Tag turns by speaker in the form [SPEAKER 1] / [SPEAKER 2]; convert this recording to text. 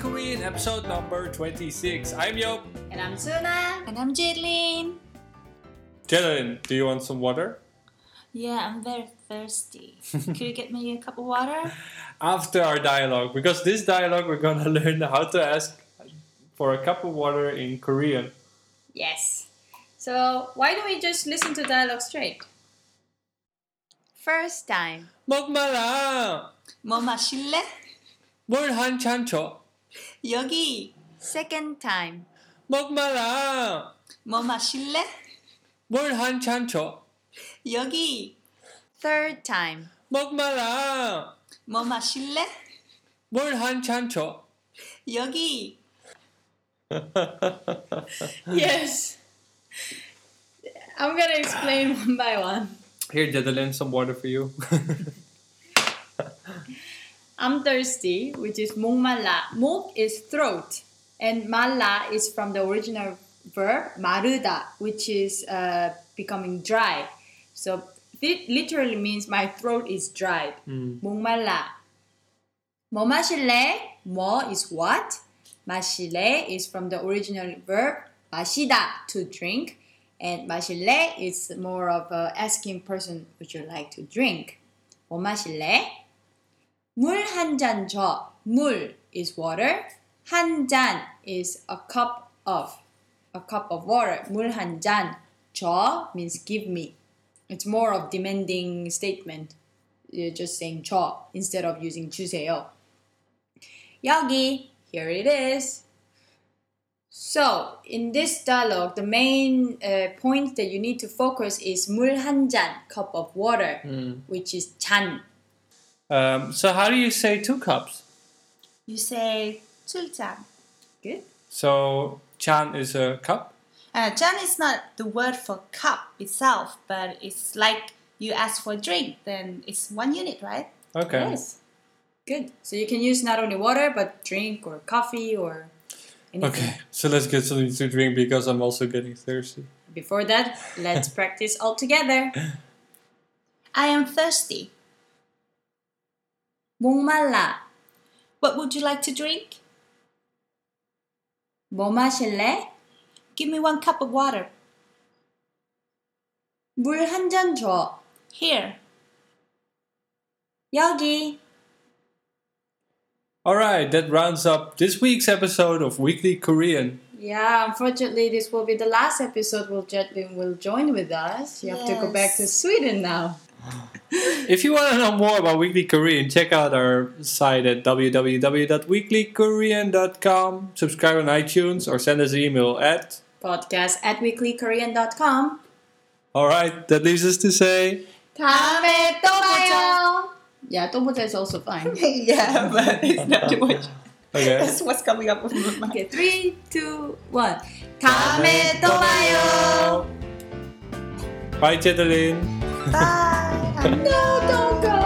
[SPEAKER 1] episode number 26. I'm Yop.
[SPEAKER 2] And I'm Suna.
[SPEAKER 3] And I'm Jitlin.
[SPEAKER 1] Jalen, do you want some water?
[SPEAKER 3] Yeah, I'm very thirsty. Could you get me a cup of water?
[SPEAKER 1] After our dialogue, because this dialogue we're gonna learn how to ask for a cup of water in Korean.
[SPEAKER 2] Yes. So why don't we just listen to dialogue straight? First time.
[SPEAKER 1] 먹마라!
[SPEAKER 3] 뭐 마실래?
[SPEAKER 1] 뭘 한참 줘?
[SPEAKER 3] 여기.
[SPEAKER 2] Second time.
[SPEAKER 1] 먹마라!
[SPEAKER 3] 뭐 마실래?
[SPEAKER 1] 뭘 한참 줘?
[SPEAKER 3] 여기.
[SPEAKER 2] Third time.
[SPEAKER 1] 먹마라!
[SPEAKER 3] 뭐 마실래?
[SPEAKER 1] 뭘 한참 줘?
[SPEAKER 3] 여기.
[SPEAKER 2] Yes. I'm gonna explain one by one.
[SPEAKER 1] Here, Jalen, some water for you.
[SPEAKER 2] I'm thirsty, which is 목말라. 목 is throat, and 말라 is from the original verb 마르다, which is uh, becoming dry. So it literally means my throat is dried. 목말라. 뭐 마실래? 뭐 is what? 마실래 is from the original verb 마시다 to drink, and 마실래 is more of a asking person would you like to drink. 뭐 마실래? 물 한 잔 줘. 물 is water. 한 잔 is a cup of. A cup of water. 물 한 잔. 줘 means give me. It's more of demanding statement. You're just saying 줘 instead of using 주세요. 여기. Here it is. So, in this dialogue, the main uh, point that you need to focus is 물 한 잔, cup of water, which is 잔.
[SPEAKER 1] um, so, how do you say two cups?
[SPEAKER 3] You say 술잔.
[SPEAKER 2] Good.
[SPEAKER 1] So, chan is a cup?
[SPEAKER 3] Uh, 잔 is not the word for cup itself, but it's like you ask for a drink, then it's one unit, right?
[SPEAKER 1] Okay.
[SPEAKER 2] Yes. Good. So you can use not only water but drink or coffee or anything.
[SPEAKER 1] Okay, so let's get something to drink because I'm also getting thirsty.
[SPEAKER 2] Before that, let's practice all together.
[SPEAKER 3] I am thirsty.
[SPEAKER 2] 목말라.
[SPEAKER 3] What would you like to drink?
[SPEAKER 2] 뭐 마실래?
[SPEAKER 3] Give me one cup of water.
[SPEAKER 2] 물 한 잔 줘.
[SPEAKER 3] Here.
[SPEAKER 2] 여기.
[SPEAKER 1] All right, that rounds up this week's episode of Weekly Korean.
[SPEAKER 2] Yeah, unfortunately, this will be the last episode where Jetlin will join with us. You have to go back to Sweden now.
[SPEAKER 1] If you want to know more about Weekly Korean, check out our site at www.weeklykorean.com, subscribe on iTunes, or send us an email at.
[SPEAKER 2] Podcast at weeklykorean.com.
[SPEAKER 1] All right, that leaves us to say.
[SPEAKER 2] 다음에 또 봐요. Yeah, 또 보자 is also fine.
[SPEAKER 3] yeah, but it's not too much.
[SPEAKER 1] Okay.
[SPEAKER 3] That's what's coming up with my
[SPEAKER 2] Okay, three, two, one. 다음에 또 봐요.
[SPEAKER 1] Bye, Chetalin.
[SPEAKER 3] Bye.
[SPEAKER 2] No, don't go.